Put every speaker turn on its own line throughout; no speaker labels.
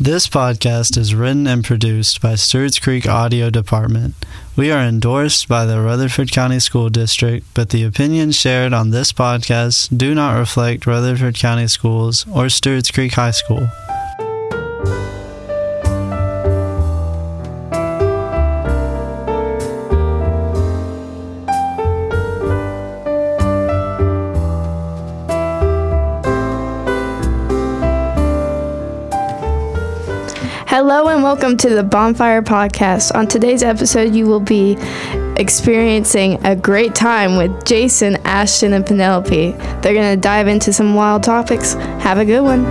This podcast is written and produced by Stewart's Creek Audio Department. We are endorsed by the Rutherford County School District, but the opinions shared on this podcast do not reflect Rutherford County Schools or Stewart's Creek High School.
Hello and welcome to the Bonfire Podcast. On today's episode, you will be experiencing a great time with Jason, Ashton, and Penelope. They're going to dive into some wild topics. Have a good one.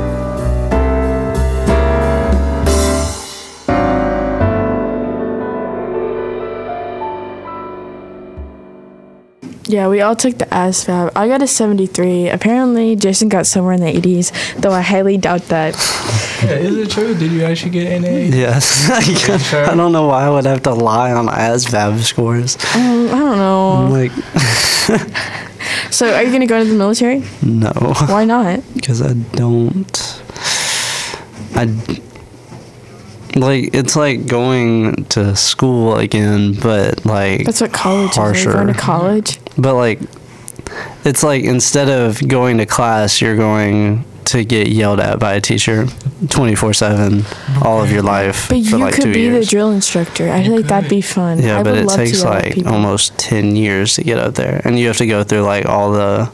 Yeah, we all took the ASVAB. I got a 73. Apparently, Jason got somewhere in the 80s, though I highly doubt that.
Yeah, is it true? Did you actually get an A?
Yes. I don't know why I would have to lie on ASVAB scores.
Um, I don't know.
like, Mm.
So, are you going to go into the military?
no.
Why not?
because I don't. I like it's like going to school again, but like
That's what college is.
Harsher.
Are you going to college?
but like it's like instead of going to class, you're going to get yelled at by a teacher 24/7 all of your life
But you
for like
could
2
be
years.
the drill instructor. I feel like that'd be fun.
yeah,
I
but
would
it
love to
takes
yell at
like
people.
almost 10 years to get up there and you have to go through like all the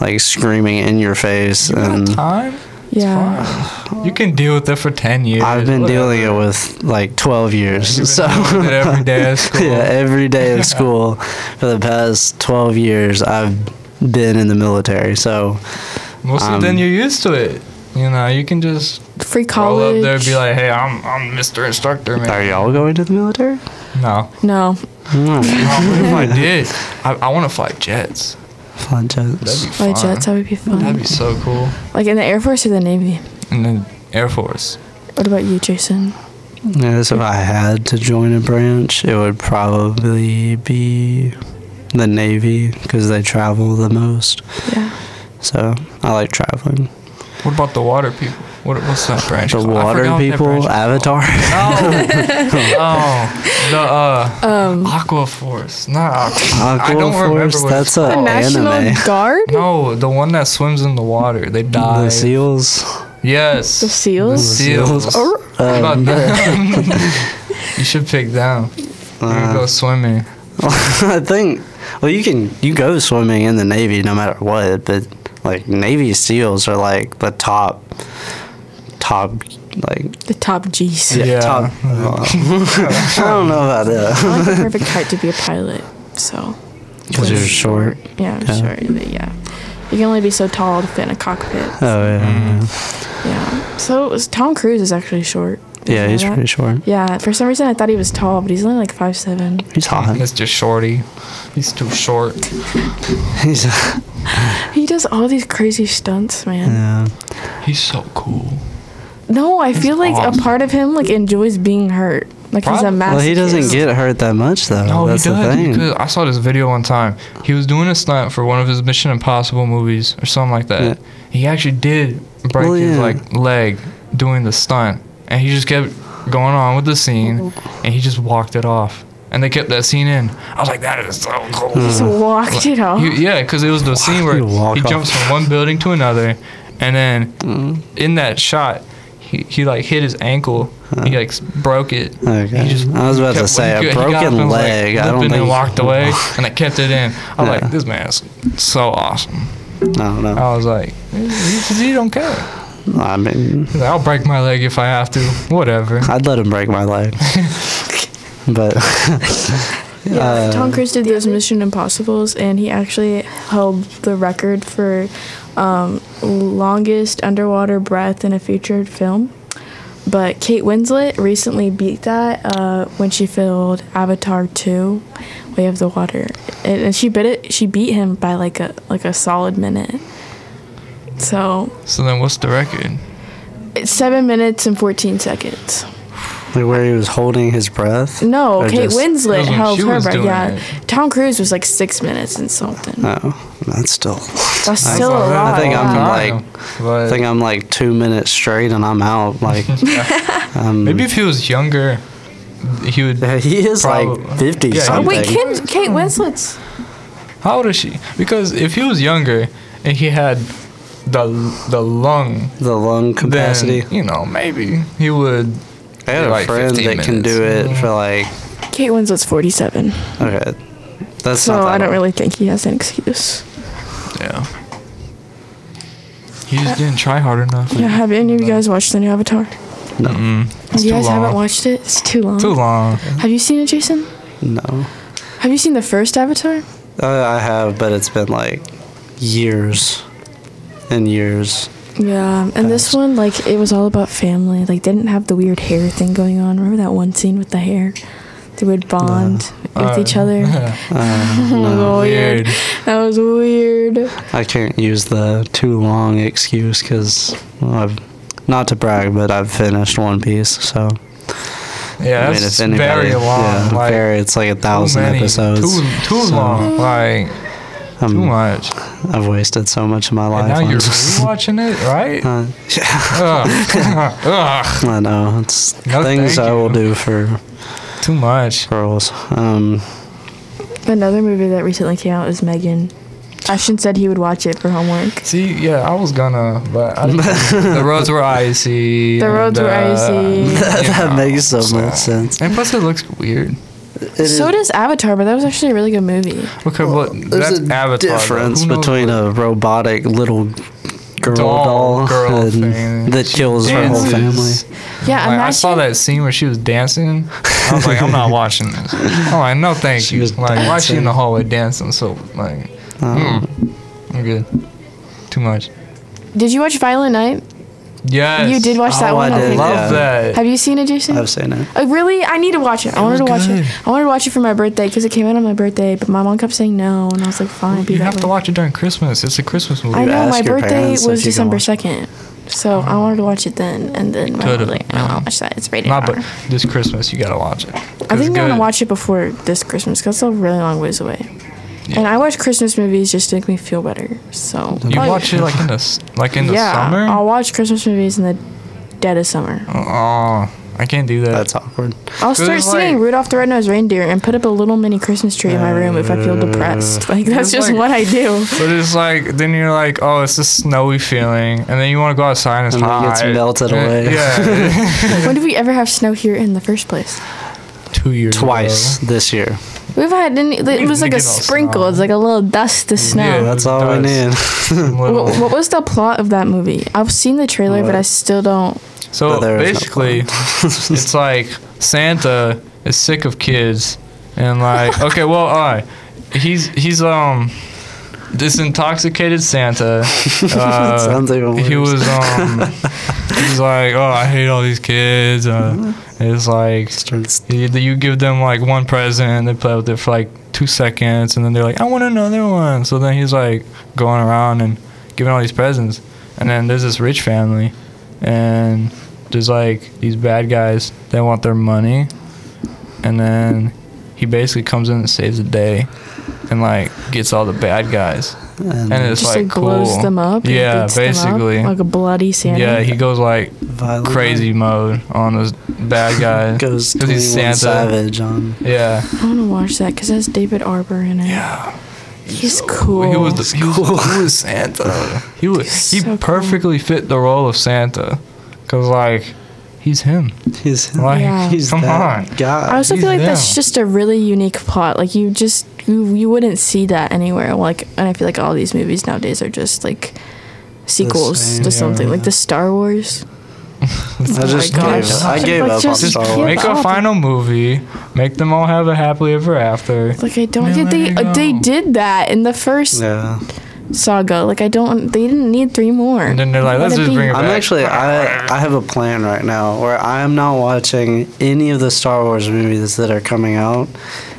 like screaming in your face and
Time?
Yeah.
Fine. You can deal with it for 10 years.
I've been
whatever.
dealing it with like 12 years.
You've
so
been dealing with it every day at school.
yeah, every day of school for the past 12 years I've been in the military. So
Most
um,
of then you're used to it. You know, you can just
Free
roll
college.
up there and be like, hey, I'm, I'm Mr. Instructor,
are
man.
y'all going to the military?
No.
no.
Mm,
What if I did? I, I want to fly jets.
fun
That'd
jokes.
be fun.
By jets, that would be fun.
That'd be so cool.
like in the Air Force or the Navy?
And then Air Force.
What about you, Jason?
Yes, if I had to join a branch, it would probably be the Navy because they travel the most.
Yeah.
So I like traveling.
What about the water people? What, what's that branch
The
called? I
water
forgot what that branch
people,
is
Avatar.
called. No. no. The, uh,
Um,
Aqua Force. Not Aqua. I
Aqua
don't remember
Force,
what it's
that's Oh, a
the National
anime.
Guard?
No, the one that swims in the water. They die.
The seals.
Yes.
The
The
SEALs?
seals.
Or-
What about
Um,
them? you should pick them. You can
uh,
go swimming.
I think. Well, you can you go swimming in the Navy no matter what, but like Navy SEALs are like the top, top like
The top G's.
yeah,
Yeah.
top. I don't know about that
I like the perfect height to be a pilot. So
because you're short.
yeah, I'm
Yeah.
short, but yeah, you can only be so tall to fit in a cockpit.
Oh yeah,
Mm.
Yeah. So it was, Tom Cruise is actually short. Did you
yeah,
know
he's
that?
pretty short.
Yeah. For some reason, I thought he was tall, but he's only like five seven.
He's hot.
Mr. Shorty. He's too short.
He's
He does all these crazy stunts, man.
yeah.
He's so cool.
No, I feel like
awesome.
a part of him like enjoys being hurt. Like he's a
Probably.
masochist.
Well, he doesn't get hurt that much though.
No,
That's
he
the
does.
thing.
Because I saw this video one time. He was doing a stunt for one of his Mission Impossible movies or something like that. He actually did break
Well,
his
yeah.
like leg doing the stunt, and he just kept going on with the scene, and he just walked it off. And they kept that scene in. I was like, that is so cool.
Just
uh, Hmm.
walked it off.
Oh.
He- yeah, because it was the scene where
You walk
he
off.
jumps from one building to another, and then
Mm-hmm.
in that shot, he, he like hit his ankle. He like s- broke it.
Okay.
He just
I was about to
kept-
say
he
a
got up and
broken
was, like,
leg. I
limping
don't think
and walked away, and I kept it in. I was
Yeah.
like, this man is so awesome.
I don't know.
I was like, because he don't care. He's
I mean,
like, I'll break my leg if I have to. Whatever.
I'd let him break my leg, but.
Yeah,
Uh,
Tom Cruise did those Mission Impossibles, and he actually held the record for um, longest underwater breath in a featured film. But Kate Winslet recently beat that uh, when she filmed Avatar 2, Way of the Water, and, and she beat it. She beat him by like a like a solid minute. So
So then, what's the record?
it's seven minutes and fourteen seconds.
Like where he was holding his breath.
No,
Or
Kate
just-
That
Winslet
was when
held
she
her
was
breath.
doing
Yeah,
it.
Tom Cruise was like six minutes and something.
Oh, that's still.
That's still a
I
lot.
think I'm
Yeah.
like- I
but
think I'm like two minutes straight and I'm out. Like um,
maybe if he was younger, he would.
yeah, he is
Probably.
like fifty
Yeah, he-
something.
Wait, Kate, Kate Winslet's.
How old is she? Because if he was younger and he had the the lung,
the lung capacity.
then you know maybe he would.
I got a
like
friend that
15
can do it for like
Kate Winslet's 47,
okay. That's
so
not that
I don't
old.
really think he has an excuse.
Yeah. He just didn't try hard enough.
Mm.
Yeah, have any of you guys watched the new Avatar?
It's
you
too
guys
long.
haven't watched it? It's too long.
Too long.
Have you seen it, Jason?
No,
Have you seen the first Avatar?
uh, I have, but it's been like years and years.
Yeah, and this one, like, it was all about family. Like, they didn't have the weird hair thing going on. Remember that one scene with the hair? They would bond with each other.
Uh,
That was all weird.
Weird.
That was weird.
I can't use the too long excuse because I've not to brag, but I've finished One Piece. So
Yeah,
I mean,
that's
if anybody,
very long.
yeah,
like,
very, it's like a
too
thousand
many-
episodes.
Too, too
So,
long. Like
um,
too much.
I've wasted so much of my life.
And now
on
you're
just-
rewatching it, right?
Uh, yeah,
Ugh. Ugh.
I know. It's
No,
things
thank
I will
you.
do for
Too much.
girls. Um,
Another movie that recently came out is Megan. Ashton said he would watch it for homework.
See, yeah, I was gonna, but I didn't- the roads were icy.
The roads
and, uh,
were icy.
you
that
know,
makes so
so-
much sense.
And plus, it looks weird.
It is-
So does Avatar, but that was actually a really good movie.
Okay, but that's
There's a
Avatar. though.
difference
Who knows
between
what-
a robotic little girl
Doll,
doll,
girl
and-
thing.
that
She
kills her whole
dances.
family.
Yeah,
Like, I saw that scene where she was dancing. I was like, I'm not watching this. I'm like, no, thank
She
you.
was
Like, why is she in
dancing.
the hallway dancing? So like,
Um,
mm, I'm good. Too much.
Did you watch Violent Night?
Yes.
You did watch that
Oh,
one.
I did,
Okay.
Love
yeah.
that.
Have you seen it, Jason?
I've seen it.
Uh, really? I need to watch it. I wanted
was
to watch
good.
it. I wanted to watch it for my birthday because it came out on my birthday, but my mom kept saying no, and I was like, fine, be
You
that
have
way.
to watch it during Christmas. It's a Christmas movie.
I
You
know my
ask your
birthday
parents if
was
you can
December
watch
second, so I wanted to watch it then, and then my mom was
Could've,
like, I don't
yeah.
wanna watch that. It's rated
Not,
R.
but this Christmas you gotta watch it.
I think I'm
going
gonna watch it before this Christmas because it's a really long ways away.
Yeah.
And I watch Christmas movies just to make me feel better. So
You
Probably-
watch it like in the s- like in the
yeah,
summer.
I'll watch Christmas movies in the dead of summer.
oh, I can't do that.
That's awkward.
I'll start
it's
singing
like-
Rudolph the Red-Nosed Reindeer and put up a little mini Christmas tree in my room if I feel
Uh,
depressed. Like that's
It's
just
like-
what I do.
but it's like then you're like, oh, it's this snowy feeling, and then you want to go outside and it's
And then it
hot.
gets melted
Uh,
away.
Yeah,
when did we ever have snow here in the first place?
two years.
Twice
ago.
this year.
We've had any, it
We
was like a
get all
sprinkle.
snow.
It's like a little dust of snow.
Yeah.
That's all we need.
Some
Wha-
little-
What, was the plot of that movie? I've seen the trailer, but I
What?
still don't.
So
But there is no
basically, it's like Santa is sick of kids, and like, okay, well, all right, he's he's um this intoxicated Santa. Uh,
Sounds even
He
worse.
was um he's like, oh, I hate all these kids. Uh,
Mm-hmm.
it's like
Starts-
you, you give them like one present, they play with it for like two seconds, and then they're like, I want another one. So then he's like going around and giving all these presents, and then there's this rich family, and there's like these bad guys that want their money, and then he basically comes in and saves the day, and like gets all the bad guys,
and
and it's
Just
like,
like blows
cool.
them up. and
Yeah,
beats them up
basically.
like a bloody Santa.
Yeah, he goes like
violent.
crazy mode on those bad guys.
Goes
'Cause he's Santa.
21 savage on.
Yeah.
I want to watch that because it has David Arbor in it.
Yeah.
he's cool.
He was the, he was, he was Santa. He was, he
so cool.
perfectly fit the role of Santa, cause like he's him.
He's
Like
Yeah.
he's
come
that
on.
I
guy.
also
he's
feel like that's
them.
just a really unique plot. Like you just you you wouldn't see that anywhere. Like, and I feel like all these movies nowadays are just like sequels
same,
to
yeah.
something like the Star Wars.
I just
"Oh my
gave,
gosh.
I gave
Like,
up on
just
Star
give
Wars.
Make a
up.
final movie. Make them all have a happily ever after.
Like I don't
Man,
get they
let it
uh, they
go.
did that in the first
Yeah.
saga. Like I don't they didn't need three more.
And then they're like,
Let
let's
it
just
be.
bring it
I'm
back.
actually I I have a plan right now where I am not watching any of the Star Wars movies that are coming out.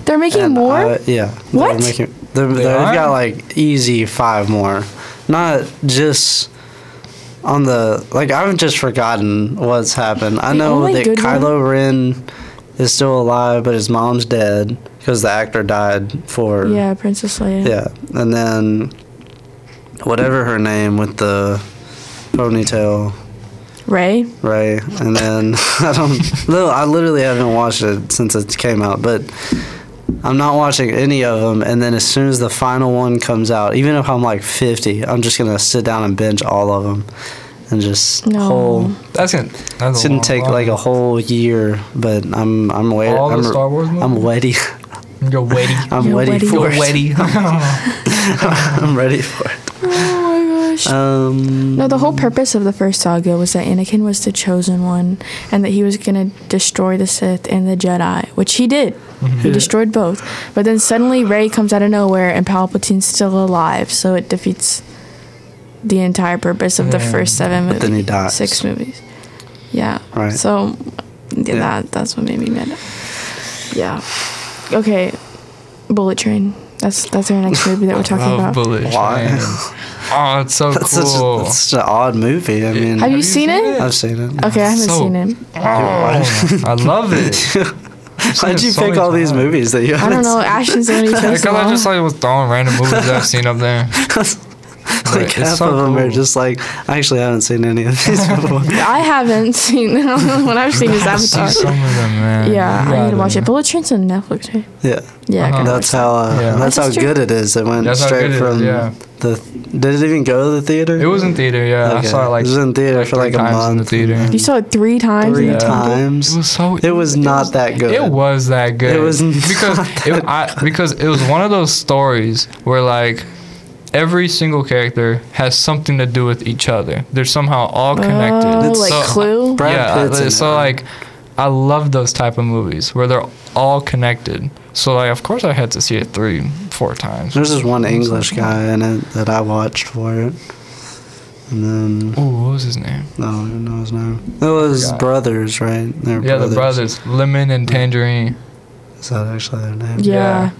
They're making
and
more.
I- yeah.
What?
They're making, they're, they
They
have
are?
got like easy five more, not just on the like I've just forgotten what's happened. I know
only
that
good one-
Kylo Ren is still alive, but his mom's dead because the actor died for
Yeah, Princess Leia.
yeah, and then whatever her name with the ponytail,
Ray.
right? And then I don't. No, I literally haven't watched it since it came out, but I'm not watching any of them. And then as soon as the final one comes out, even if I'm like 50, I'm just gonna sit down and binge all of them, and just
No.
whole.
That's gonna. That's
It's
a
gonna
long
take
one.
like a whole year, but I'm I'm waiting.
All
I'm,
the Star Wars movies.
I'm ready.
Go wetty.
I'm
You're
ready
wetty.
Go
for
wetty.
it.
Oh,
I'm ready for it.
Oh my gosh.
Um,
No, the whole purpose of the first saga was that Anakin was the chosen one and that he was going to destroy the Sith and the Jedi, which he did. He
Mm-hmm.
Yeah.
destroyed both. But then suddenly Rey comes out of nowhere and Palpatine's still alive, so it defeats the entire purpose of the
Yeah.
first seven movies.
But then he dies.
Six movies. Yeah.
Right.
So yeah,
Yeah.
That, that's what made me mad. Yeah. Okay. Bullet Train. That's that's our next movie that we're talking
Love
about.
Bullet
Why?
Train. Oh, it's so
That's such,
cool.
a, that's such an odd movie. I mean,
Have you seen it?
I've seen it.
okay, I haven't
So-
seen it.
Oh, I love it. I've seen
Why'd
it
you
so
pick
many
all these
times.
movies that you
I
haven't
don't know. Ashton's already
Because
chose
I just like was throwing random movies that I've seen up there.
seen?
But
Like
it's
half
so
of them are
cool.
just like, I actually haven't seen any of these before.
I haven't seen what I've seen is
I've seen
Avatar.
some of them, man.
Yeah,
You
I need
gotta-
to watch it. Bullet Train's on Netflix, right?
yeah.
Yeah, I
Uh-huh.
can watch
That's
that.
how
Yeah.
uh, that's how
That's true.
good it is. It went
That's how good
straight
it is,
from
yeah.
the. Did it even go to the theater?
It was in theater, yeah. I
Okay.
saw it like
It was in theater for
three
like a
times in the
month.
theater.
You saw it three times.
Three
Yeah.
times.
It was so.
It was not that good.
It was that good.
It was
because
not
it, I, because it was one of those stories where like every single character has something to do with each other. They're somehow all connected.
Oh,
It's
like
so-
Clue.
Brad
yeah,
Pitt's
I-
in
so
it.
like I love those type of movies where they're all connected. So like of course I had to see it three, four times.
There's this one English guy in it that I watched for it, and then
Ooh, what was his name?
I don't even know his name. It was
Forgot.
brothers, right? They're
Yeah, the brothers, Lemon and Tangerine.
Is that actually their name?
Yeah.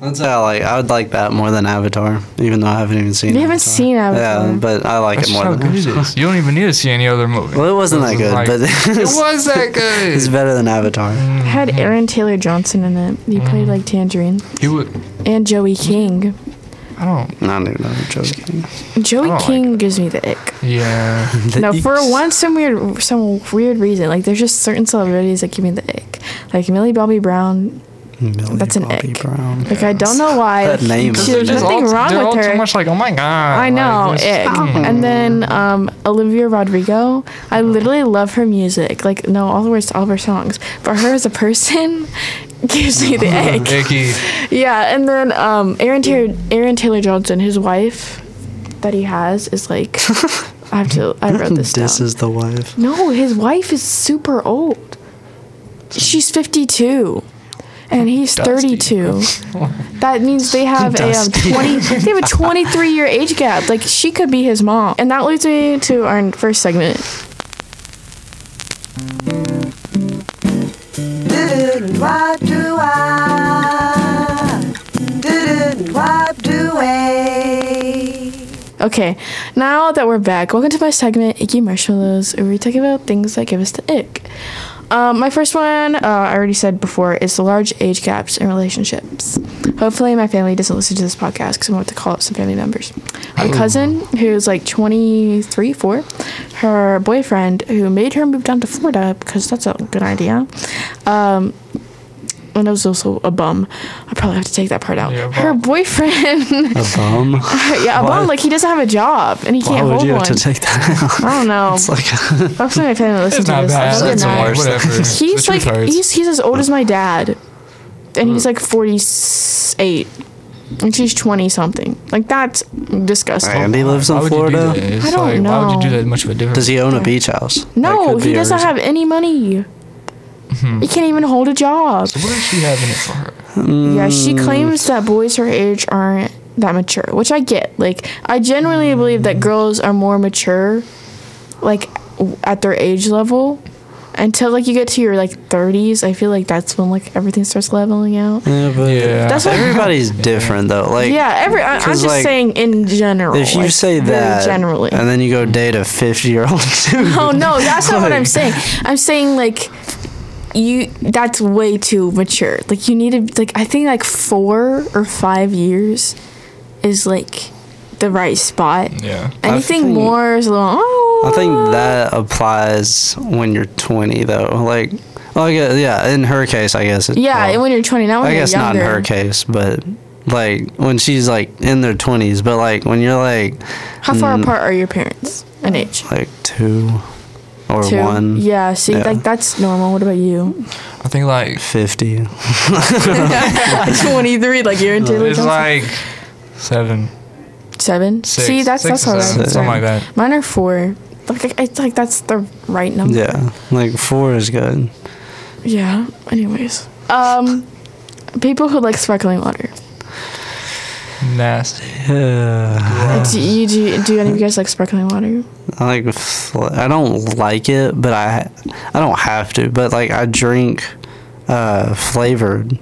That's how like I would like that more than Avatar, even though I haven't even seen.
You haven't seen Avatar.
Yeah, but I like
That's
it more
how
than
good it
Avatar.
is. You don't even need to see any other movie.
Well, it wasn't that
This
good,
is like-
but
it
it's,
was that good.
it's better than Avatar.
Mm-hmm.
It had Aaron Taylor Johnson in it. He played like Tangerine
He would.
and Joey King.
I don't.
I don't even know the joke.
Joey
I don't
King gives me the ick.
Yeah.
No,
E
for one, some weird, some weird reason. Like, there's just certain celebrities that give me the ick. Like Millie Bobby Brown. that's an
Bobby
ick.
Brown.
Like, I don't know why.
That
like,
name is
she-
an
There's
ick.
nothing wrong
they're all
with her.
too much like, oh my god.
I know,
like,
ick. And then um, Olivia Rodrigo. I literally love her music. Like, no, all the words, all of her songs. But her as a person gives me the ick.
Icky.
Yeah, and then um, Aaron Taylor, Aaron Taylor Johnson, his wife that he has is like, I have to, I wrote this down.
This is the wife.
No, his wife is super old. She's 52 and he's
Dusty.
32. That means they have a um,
Dusty.
20 they have a 23 year age gap. Like she could be his mom. And that leads me to our first segment.
What do I? What do I?
Okay, now that we're back, welcome to my segment, Icky Marshmallows, where we talk about things that give us the ick. Um, my first one, uh, I already said before, is the large age gaps in relationships. Hopefully, my family doesn't listen to this podcast because I'm about to call up some family members. I have a cousin who's like 23, 4. Her boyfriend, who made her move down to Florida because that's a good idea, um, and I was also a bum. I probably have to take that part out.
Yeah, bum.
her boyfriend
A bum.
yeah, a
Why-
bum. Like he doesn't have a job and he
Why
can't
would
hold
you
one.
have to take that out?
I don't know.
It's like a,
Hopefully my family listens
It's
to
not
this. That'd
bad.
be
That's
It's
the
nice.
worst.
whatever.
He's
The truth
like
hurts.
he's he's as old as my dad, and he's
Hmm.
like forty eight, and she's twenty something. Like that's disgusting.
and he lives
Why
in
would you do
Florida.
that? It's
I don't
like, Why would you
know.
do that much of a difference?
Does he own a beach house? That
No,
could
he
be a
doesn't
reason.
have any money.
Hmm.
He can't even hold a job.
What does she have in it for her?
Yeah, she
Hmm.
claims that boys her age aren't that mature, which I get. Like, I generally
Hmm.
believe that girls are more mature, like, w- at their age level. until like you get to your like 30s, I feel like that's when like everything starts leveling out.
Yeah, but
Yeah.
That's what-
everybody's different though. Like
yeah, every I, I'm
'cause,
just
like,
saying in general.
if you
like,
say
very
that
generally.
and then you go date a fifty year old dude.
Oh no, that's not what I'm
Like-
saying. I'm saying like you that's way too mature. Like you need to like I think like 4 or 5 years is like the right spot.
Yeah.
Anything
think-
more is a little oh.
I think that applies when you're 20, though. Like, well, I guess, yeah, in her case, I guess. It,
Yeah,
well,
when you're 20, not when
I
you're
guess
younger.
not in her case, but like when she's like in their 20s, but like when you're like
How far
Mm.
apart are your parents in age?
like two or one
Yeah, see,
Yeah.
like that's normal. What about you?
I think like
50.
23, like you're into
it's like seven,
seven.
six.
see, that's that's
six
how
or
that's
seven, something like that.
Mine are four. Like I- it's like that's the right number.
Yeah, like four is good.
Yeah. Anyways, um, people who like sparkling water.
Nasty.
Yeah,
Do you do, you- do any of you guys like sparkling water?
I like. fl- I don't like it, but I I don't have to. But like I drink uh flavored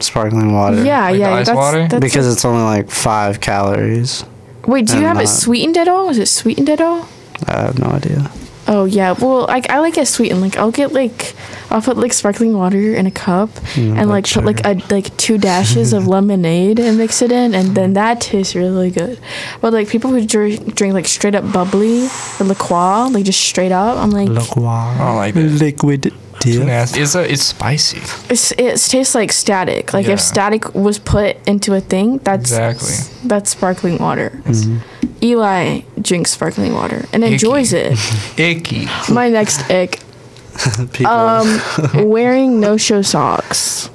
sparkling water.
Yeah,
Like the
yeah.
ice
that's
water?
that's
because it's only like five calories.
wait, do you
I'm
have it
not-
sweetened at all? Is it sweetened at all?
I have no idea.
Oh yeah, well like I like it sweetened. Like I'll get like I'll put like sparkling water in a cup and like put like a like two dashes of lemonade and mix it in, and then that tastes really good. But like people who drink, drink like straight up bubbly or LaCroix, like just straight up, I'm like
I don't like that.
Liquid
Too
deal.
nasty. It's a, it's spicy.
it's, it tastes like static. Like
Yeah.
if static was put into a thing, that's
Exactly. Mm-hmm.
that's sparkling water. Eli drinks sparkling water and enjoys it.
Icky.
My next ick.
People.
Um, wearing no-show socks.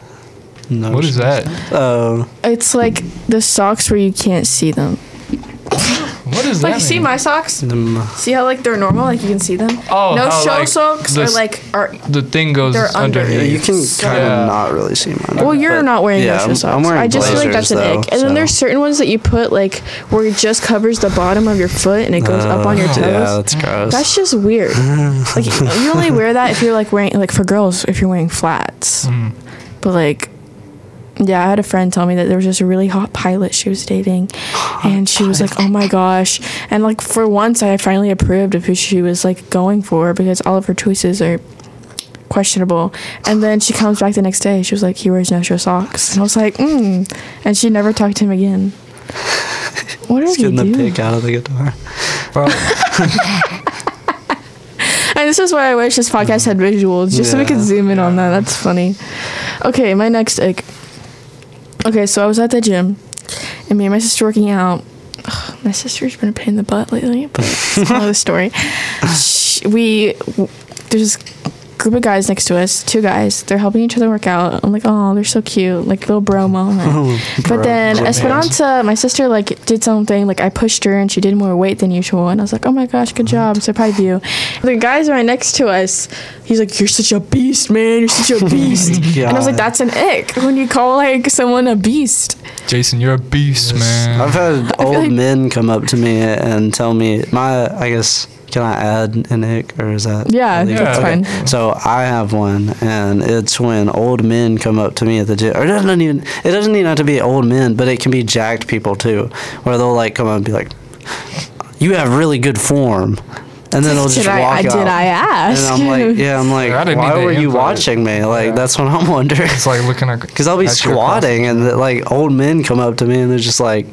no
What is that?
Oh,
It's like the socks where you can't see them.
What is
Like,
that?
see
mean?
my socks?
them-
See how like they're normal, like you can see them.
Oh,
no
how,
show
like,
socks
the
are
s-
like are.
the thing goes
They're under.
yeah,
underneath.
you can kind
Yeah.
of not really see mine.
Well, you're
but-
not wearing
yeah,
no show
I'm-
socks.
I'm wearing
I just feel like that's
blazers,
an
though,
ick. And then
so-
there's certain ones that you put like where it just covers the bottom of your foot and it goes up on your toes.
Uh, Yeah, that's gross.
That's just weird. like you only wear that if you're like wearing like for girls if you're wearing flats.
Mm-hmm.
But like yeah, I had a friend tell me that there was this really hot pilot she was dating and she was like, "Oh my gosh." And like for once I finally approved of who she was like going for because all of her choices are questionable. And then she comes back the next day. She was like, "He wears no-show socks." And I was like, "Mm." And she never talked to him again. What are
Just
you
getting the
doing?
pick out of the guitar.
Bro,
And this is why I wish this podcast had visuals, just so we could
Yeah.
zoom in on that. That's funny. Okay, my next ick. Okay, so I was at the gym, and me and my sister working out. Ugh, my sister's been a pain in the butt lately, but it's another story. She, we there's this group of guys next to us, two guys. They're helping each other work out. I'm like, oh, they're so cute, like little bro moment. but then Esperanza, my sister, like did something. Like I pushed her, and she did more weight than usual. And I was like, oh my gosh, good job, I'm so proud of you. The guys right next to us, he's like, you're such a beast, man. You're such a beast. and I was like,
God.
that's an ick when you call like someone a beast.
Jason, you're a beast, man.
I've had old
like-
men come up to me and tell me my. I guess can I add an ick or is that?
Yeah,
illegal?
that's
fine.
So I have one, and it's when old men come up to me at the gym. Or it doesn't even. It doesn't even have to be old men, but it can be jacked people too, where they'll like come up and be like, "You have really good form," and then they'll just
Did I,
walk
I
out.
did I
and
ask?
I'm like, yeah, I'm
I
like,
didn't
why
need the
were you
invite."
watching me? Like,
Yeah.
that's what I'm wondering.
it's like looking at
Because I'll be
at your
squatting and like old men come up to me and they're just like,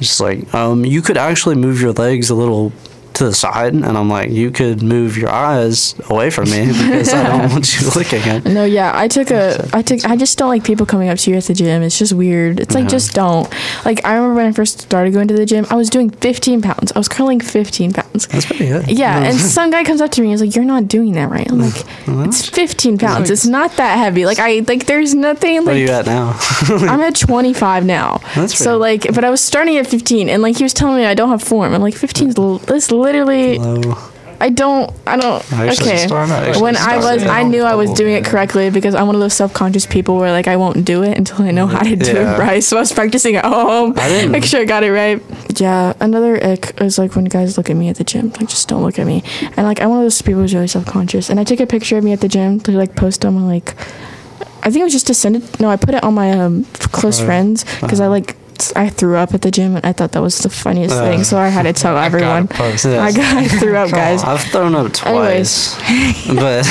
just like, um, you could actually move your legs a little to the side, and I'm like, you could move your eyes away from me because I don't want you looking at.
No, yeah, I took a, I took, I just don't like people coming up to you at the gym. It's just weird. It's like just don't. Like I remember when I first started going to the gym, I was doing 15 pounds. I was curling 15 pounds.
That's pretty good.
Yeah, and some guy comes up to me and is like, "You're not doing that right." I'm like, "It's 15 pounds. It's not that heavy. Like I, like there's nothing
Where are you
like."
at now?
I'm at 25 now.
That's
so like, but I was starting at 15, and like he was telling me I don't have form. I'm like, 15 is l- that's literally
Low.
I don't. I don't.
I actually
okay.
started- I actually
When I was,
started
I knew I was
double
doing it
hand.
correctly because I'm one of those self-conscious people where like I won't do it until I know how to do
Yeah.
it right. So I was practicing at home,
I didn't-
make sure I got it right. Yeah. Another ick is like when guys look at me at the gym, like just don't look at me. And like I'm one of those people who's really self-conscious. And I took a picture of me at the gym to like post on my like. I think it was just to send it. No, I put it on my um, f- close
Uh,
friends because
uh-huh.
I like. I threw up at the gym and I thought that was the funniest
Uh,
thing, so I had to tell everyone.
Gotta
Oh,
post.
Yeah.
I, got, I threw up, guys.
I've thrown up
Anyways.
twice, but at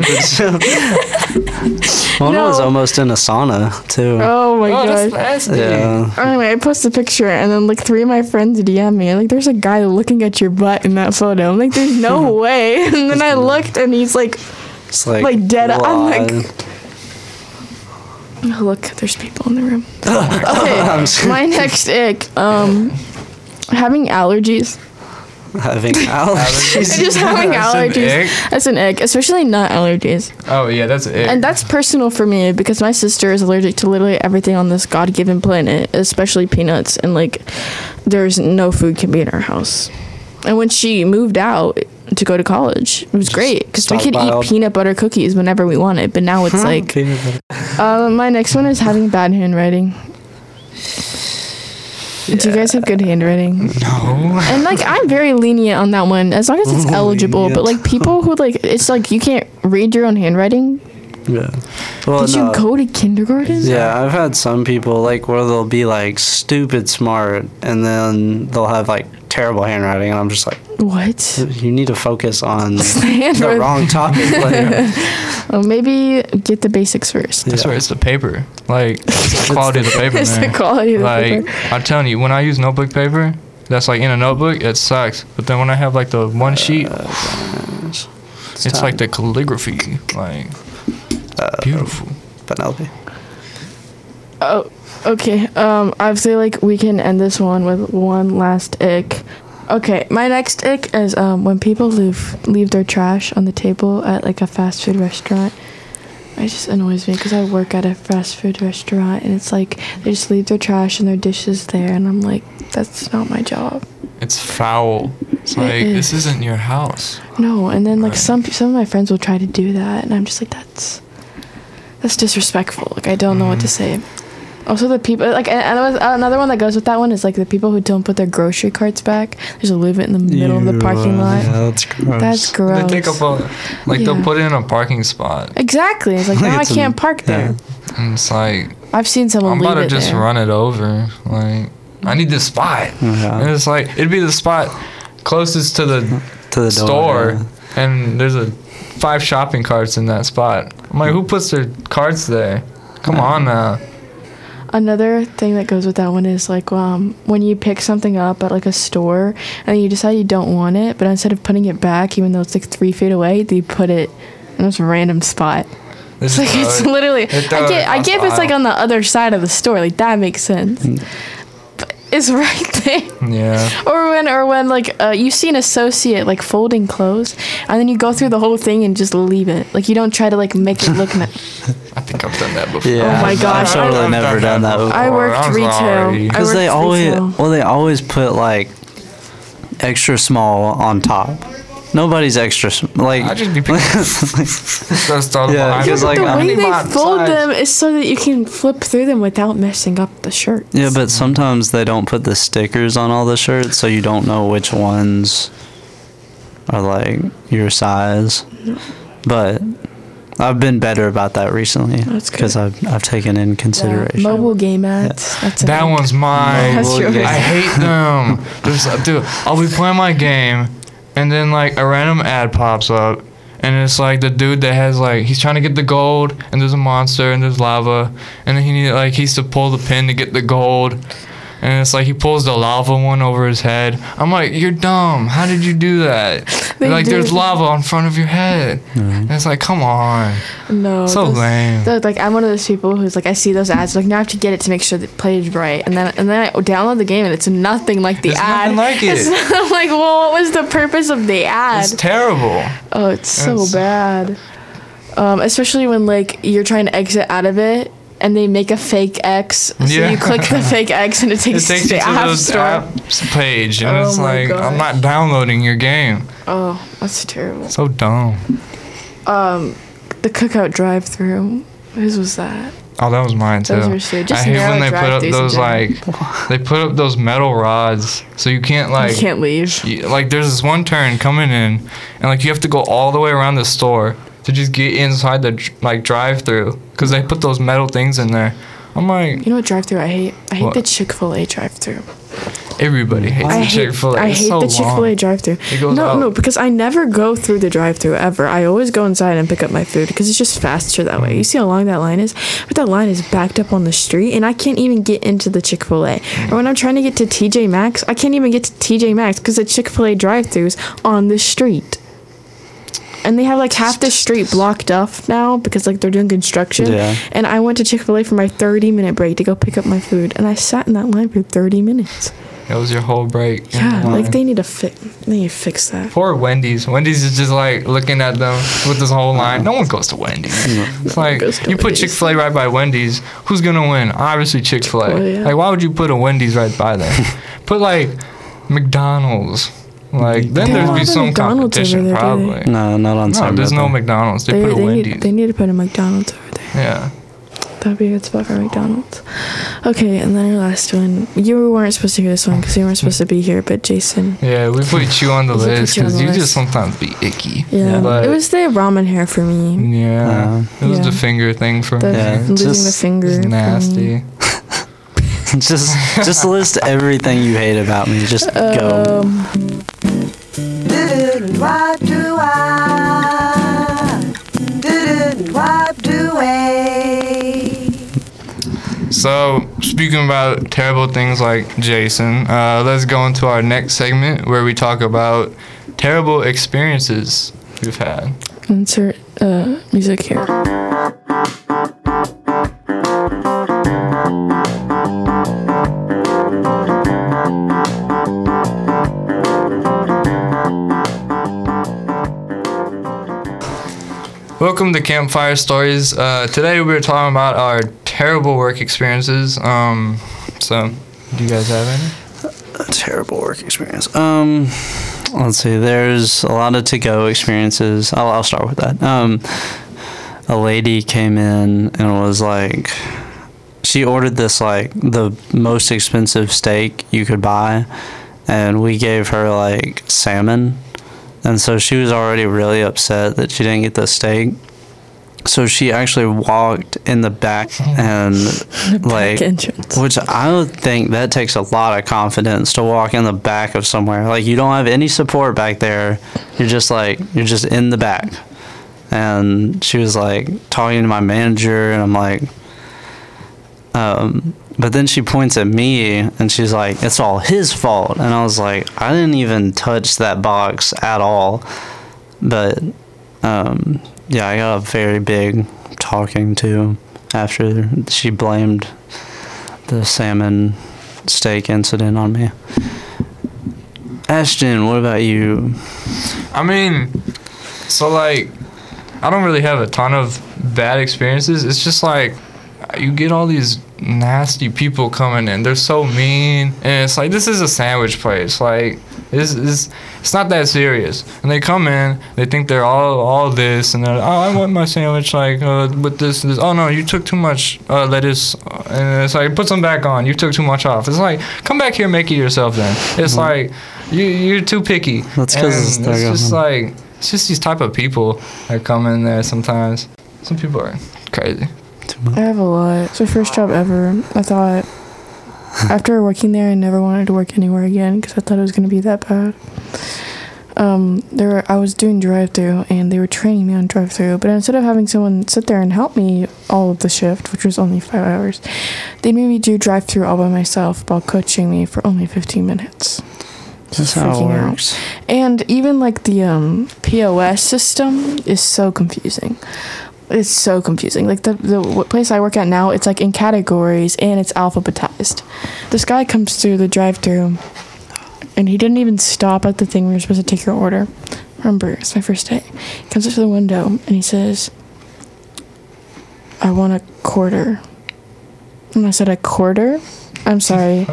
the gym- one
No.
was almost in a sauna too.
Oh my
Oh, that's
god.
nasty.
Yeah,
Anyway, I post a picture and then like three of my friends DM me like there's a guy looking at your butt in that photo. I'm like, there's no way. And then I looked and he's like,
it's like
Like dead- I'm like-
lol.
oh, look, there's people in the room.
I'm
Okay,
sorry.
my next ick, um, having allergies.
having allergies.
Just having
That's an
allergies.
ick.
That's an ick, especially nut allergies.
Oh yeah, that's it.
And that's personal for me because my sister is allergic to literally everything on this God given planet, especially peanuts. And like, there's no food can be in our house. And when she moved out to go to college, it was great because we could
stockpiled.
eat peanut butter cookies whenever we wanted. But now it's like,
Peanut butter.
uh, my next one is having bad handwriting. Do you guys have good handwriting?
no.
And like I'm very lenient on that one as long as it's eligible. But
Lenient.
like people who like it's like you can't read your own handwriting.
Yeah. Well,
Did
Oh, no.
you go to kindergarten?
Yeah, I've had some people like where they'll be like stupid smart, and then they'll have like terrible handwriting, and I'm just like,
What?
you need to focus on the
handwriting.
wrong topic. Like,
Oh, maybe get the basics first.
That's
Yeah.
where it's the paper. Like it's the quality of the paper.
It's the
man.
quality of the
like,
paper.
I'm telling you, when I use notebook paper, that's like in a notebook, it sucks. But then when I have like the one sheet,
Oh,
it's,
time.
like the calligraphy, like beautiful.
Penelope.
Oh, okay. Um, I feel like we can end this one with one last ick. Okay, my next ick is um when people leave leave their trash on the table at like a fast food restaurant. It just annoys me because I work at a fast food restaurant and it's like they just leave their trash and their dishes there and I'm like, that's not my job.
It's foul. It's like this isn't your house.
No, and then like some some of my friends will try to do that, and I'm just like that's that's disrespectful. Like I don't know what to
Mm-hmm.
say. Also, the people like and, and was, another one that goes with that one is like the people who don't put their grocery carts back. There's a leave it in the middle of the parking lot.
uh, Yeah, that's gross.
That's gross.
They take up a like
Yeah.
they'll put it in a parking spot.
exactly. It's like now I
It's a-
can't park there.
And it's like
I've seen someone
I'm
leave
about to
it
just
there.
run it over. Like I need this spot.
Yeah.
And it's like it'd be the spot closest to the
to the
store,
Door.
and there's a five shopping carts in that spot. I'm like, who puts their carts there? Come on now.
Another thing that goes with that one is like um, when you pick something up at like a store and you decide you don't want it, but instead of putting it back, even though it's like three feet away, they put it in this random spot. It's
This
like
is
it's
gross.
literally.
They throw
I
Uh, it
get. I
across
get if
the
it's like
aisle.
on the other side of the store. Like that makes sense. But It's right there.
Yeah.
Or when, or when, like uh, you see an associate like folding clothes, and then you go through the whole thing and just leave it. Like you don't try to like make it look. ni-
I think I've done that before.
Yeah.
Oh my
I've
gosh.
totally
I've
never done that. before.
I worked
I'm
retail.
sorry.
I
Because they
worked
always,
retail.
well, they always put like extra small on top. Nobody's extra sm- like.
I just be picking That's the
Yeah,
behind
because,
me.
like,
the
I'm-
way they
Bottom
fold
sides.
them is so that you can flip through them without messing up the shirt.
yeah, but sometimes they don't put the stickers on all the shirts, so you don't know which ones are like your size.
Mm-hmm.
But I've been better about that recently
That's good.
because I've I've taken in consideration.
Mobile game ads. That's
That
another-
one's mine.
That's yours.
I hate them. There's, dude, I'll be playing my game, and then like a random ad pops up, and it's like the dude that has like he's trying to get the gold, and there's a monster, and there's lava, and then he need like he's to pull the pin to get the gold, and it's like he pulls the lava one over his head. I'm like, you're dumb. How did you do that?
They
like
do.
there's lava in front of your head, and it's like, come on.
No.
So
those-
lame.
those- like I'm one of those people who's like I see those ads like now I have to get it to make sure that it played right and then and then I download the game and it's nothing like the
It's
ad.
nothing like
It's
it.
not like well what was the purpose of the ad?
It's terrible.
oh, it's so
it's-
bad. Um, especially when like you're trying to exit out of it and they make a fake X. So
Yeah.
you click the fake X and it takes,
It takes
you to
you
the
to
App
those
Store.
apps page, and
Oh
it's
my
like I'm
gosh.
not downloading your game.
Oh, that's terrible.
So dumb.
The cookout drive through. Whose was that?
Oh, that was mine too.
Those were shit.
I
Just
hate when
narrow
they put up
drive-thrus in
those like they put up those metal rods, so you can't like
you can't leave.
you- like there's this one turn coming in, and like you have to go all the way around the store to just get inside the dr- like drive-through because they put those metal things in there. I'm like
You know what drive through I hate? I hate
What?
the Chick fil A drive through.
everybody hates
I
the
hate,
Chick-fil-A.
I
It's
hate
so
the Chick fil A
long.
drive through.
It
No,
goes out.
no, because I never go through the drive through ever. I always go inside and pick up my food because it's just faster that
Mm.
way. You see how long that line is? But that line is backed up on the street and I can't even get into the Chick fil A.
Mm.
Or when I'm trying to get to TJ Maxx, I can't even get to TJ Maxx because the Chick fil A drive throughs on the street. And they have like half the street blocked off now because like they're doing construction.
Yeah.
And I went to Chick fil A for my 30 minute break to go pick up my food. And I sat in that line for 30 minutes.
That was your whole break.
Yeah,
Never
like
mind.
they need to fix. They need to fix that.
Poor Wendy's. Wendy's is just like looking at them with this whole line. No one goes to Wendy's. It's like
goes to
you put
Wendy's.
Chick Fil A right by Wendy's. Who's gonna win? Obviously Chick Fil
Chick-fil-A,
A.
yeah.
Like why would you put a Wendy's right by there? put like McDonald's. Like then
They don't
there'd be
have a
some
McDonald's over
competition
there, do
probably.
No, not on
No,
Sunday.
there's no McDonald's. They,
They,
put a
they
Wendy's.
need they need to put a McDonald's over there.
yeah.
That'd be a good spot for McDonald's. Okay, and then our last one. You weren't supposed to hear this one because you weren't supposed to be here, but Jason.
Yeah, we put you on the
We put
list
you on
because
the
you just
list.
sometimes be icky.
Yeah,
But,
it was the ramen hair for me.
Yeah. it was
Yeah.
the finger thing for
The
me.
Yeah,
It
losing
just-
the finger.
was
for me.
nasty.
just just list everything you hate about me. Just go.
Um,
Didn't why do I? Didn't why do I?
So, speaking about terrible things like Jason, uh, let's go into our next segment where we talk about terrible experiences we've had.
insert uh, music here.
Welcome to Campfire Stories. Uh, today we're talking about our terrible work experiences. Um, so, do you guys have any?
A terrible work experience. Um, let's see. There's a lot of to-go experiences. I'll, I'll start with that. Um, a lady came in and was like, she ordered this like the most expensive steak you could buy, and we gave her like salmon, and so she was already really upset that she didn't get the steak. So she actually walked in the back and like
entrance.
which I would think that takes a lot of confidence to walk in the back of somewhere. Like you don't have any support back there. You're just like you're just in the back. And she was like talking to my manager and I'm like um but then she points at me and she's like, It's all his fault and I was like, I didn't even touch that box at all. But um yeah, I got a very big talking to after she blamed the salmon steak incident on me. Ashton, what about you?
I mean, so like, I don't really have a ton of bad experiences. It's just like, you get all these nasty people coming in. They're so mean, and it's like this is a sandwich place. Like, this is it's not that serious. And they come in, they think they're all all this, and they're oh, I want my sandwich like uh, with this this. Oh no, you took too much uh, lettuce, and it's like put some back on. You took too much off. It's like come back here, and make it yourself. Then it's like you you're too picky.
Mm-hmm. That's 'cause it's
And
their
it's just
government.
like it's just these type of people that come in there sometimes. Some people are crazy.
I have a lot. It's my first job ever. I thought after working there, I never wanted to work anywhere again because I thought it was gonna be that bad. Um, there were, I was doing drive-through and they were training me on drive-through, but instead of having someone sit there and help me all of the shift, which was only five hours, they made me do drive-through all by myself while coaching me for only 15 minutes.
That's how it
Freaking out.
works.
And even like the um, POS system is so confusing. It's so confusing. Like the the w- place I work at now, it's like in categories and it's alphabetized. This guy comes through the drive-through, and he didn't even stop at the thing where you're supposed to take your order. Remember, it's my first day. He comes up to the window and he says, "I want a quarter." And I said, a quarter? I'm sorry.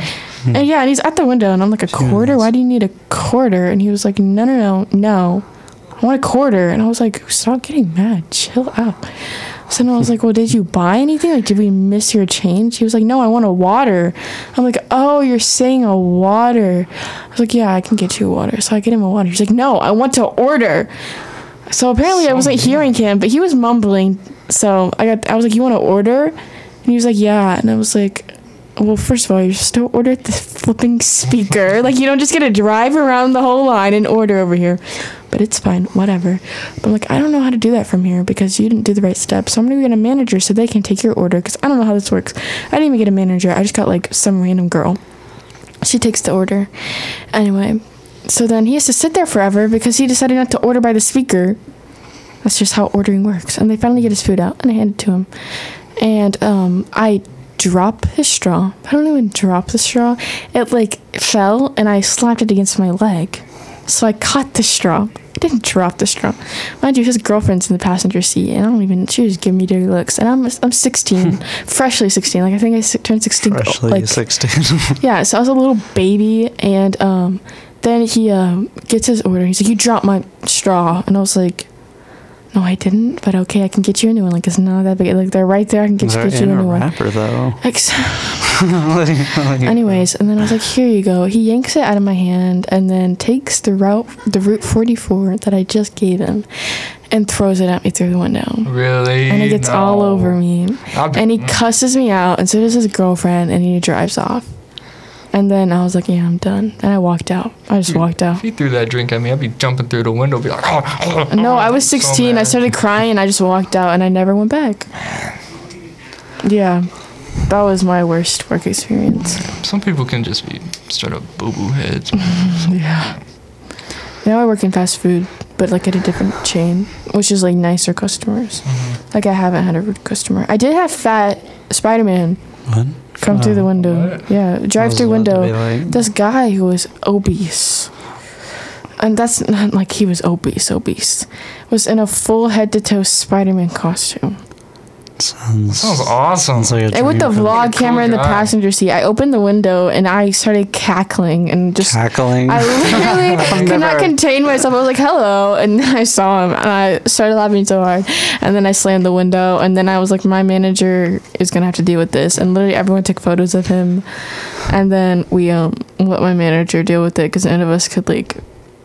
and yeah, and he's at the window, and I'm like, a quarter? Why do you need a quarter? And he was like, no, no, no, no. I want a quarter. And I was like, stop getting mad. Chill out. So then I was like, well, did you buy anything? Like, did we miss your change? He was like, no, I want a water. I'm like, oh, you're saying a water. I was like, yeah, I can get you a water. So I get him a water. He's like, no, I want to order. So apparently I wasn't hearing him, but he was mumbling. So I got I was like, You want to order? And he was like, Yeah. And I was like, Well, first of all, you still ordered the flipping speaker. like you don't just get to drive around the whole line and order over here. But it's fine, whatever. But I'm like, I don't know how to do that from here because you didn't do the right steps. So I'm gonna get a manager so they can take your order because I don't know how this works. I didn't even get a manager. I just got like some random girl. She takes the order. Anyway, so then he has to sit there forever because he decided not to order by the speaker. That's just how ordering works. And they finally get his food out and I hand it to him. And um, I drop his straw. I don't even drop the straw. It like fell and I slapped it against my leg. So I caught the straw. I didn't drop the straw. Mind you, his girlfriend's in the passenger seat, and I don't even. She was giving me dirty looks, and I'm I'm 16, freshly 16. Like I think I si- turned 16.
Freshly
like,
16.
yeah, so I was a little baby, and um, then he um, gets his order. He's like, "You dropped my straw," and I was like, "No, I didn't." But okay, I can get you a new one. Like it's not that big. Like they're right there. I can get,
They're
get you
in
a
a
new one.
wrapper though.
Ex-
Like- like-
Anyways, and then I was like, "Here you go." He yanks it out of my hand and then takes the route, the route 44 that I just gave him, and throws it at me through the window.
Really?
And it gets all
No.
over me.
I'd be-
And he
mm.
cusses me out, and so does his girlfriend, and he drives off. And then I was like, yeah, I'm done. And I walked out. I just walked out.
If he threw that drink at me, I'd be jumping through the window, be like, "Oh,
No, I was
So
16. I
mad.
started crying. I just walked out, and I never went back. Yeah, that was my worst work experience.
Some people can just be straight up boo boo heads.
Yeah. Now I work in fast food, but like at a different chain, which is like nicer customers.
Mm-hmm.
Like I haven't had a rude customer. I did have fat Spider Man
What?
come through the window.
Oh, what?
Yeah, drive
I
through
was about to
window.
be like-
this guy who was obese and that's not like he was obese obese was in a full head to toe spider-man costume
Sounds,
Sounds awesome.
sounds like a
and with the
dream.
vlog
cool
camera in the
guy.
passenger seat i opened the window and i started cackling and just
cackling.
I literally could not
Never.
contain myself. I was like, hello. And then I saw him and I started laughing so hard. And then I slammed the window. And then I was like, my manager is going to have to deal with this. And literally everyone took photos of him. And then we um, let my manager deal with it because none of us could like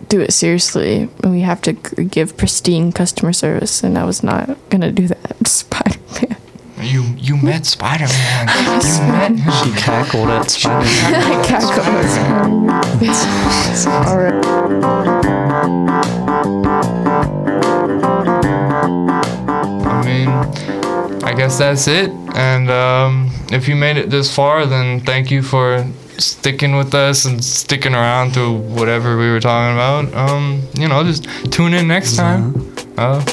do it seriously. And we have to g- give pristine customer service. And I was not going to do that. Spider Man.
You you
Hmm?
met Spider Man. you met him.
she cackled at Spider-Man.
I cackled. All right.
I mean, I guess that's it. And um, if you made it this far, then thank you for sticking with us and sticking around through whatever we were talking about. Um, you know, just tune in next time. Uh,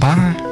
bye.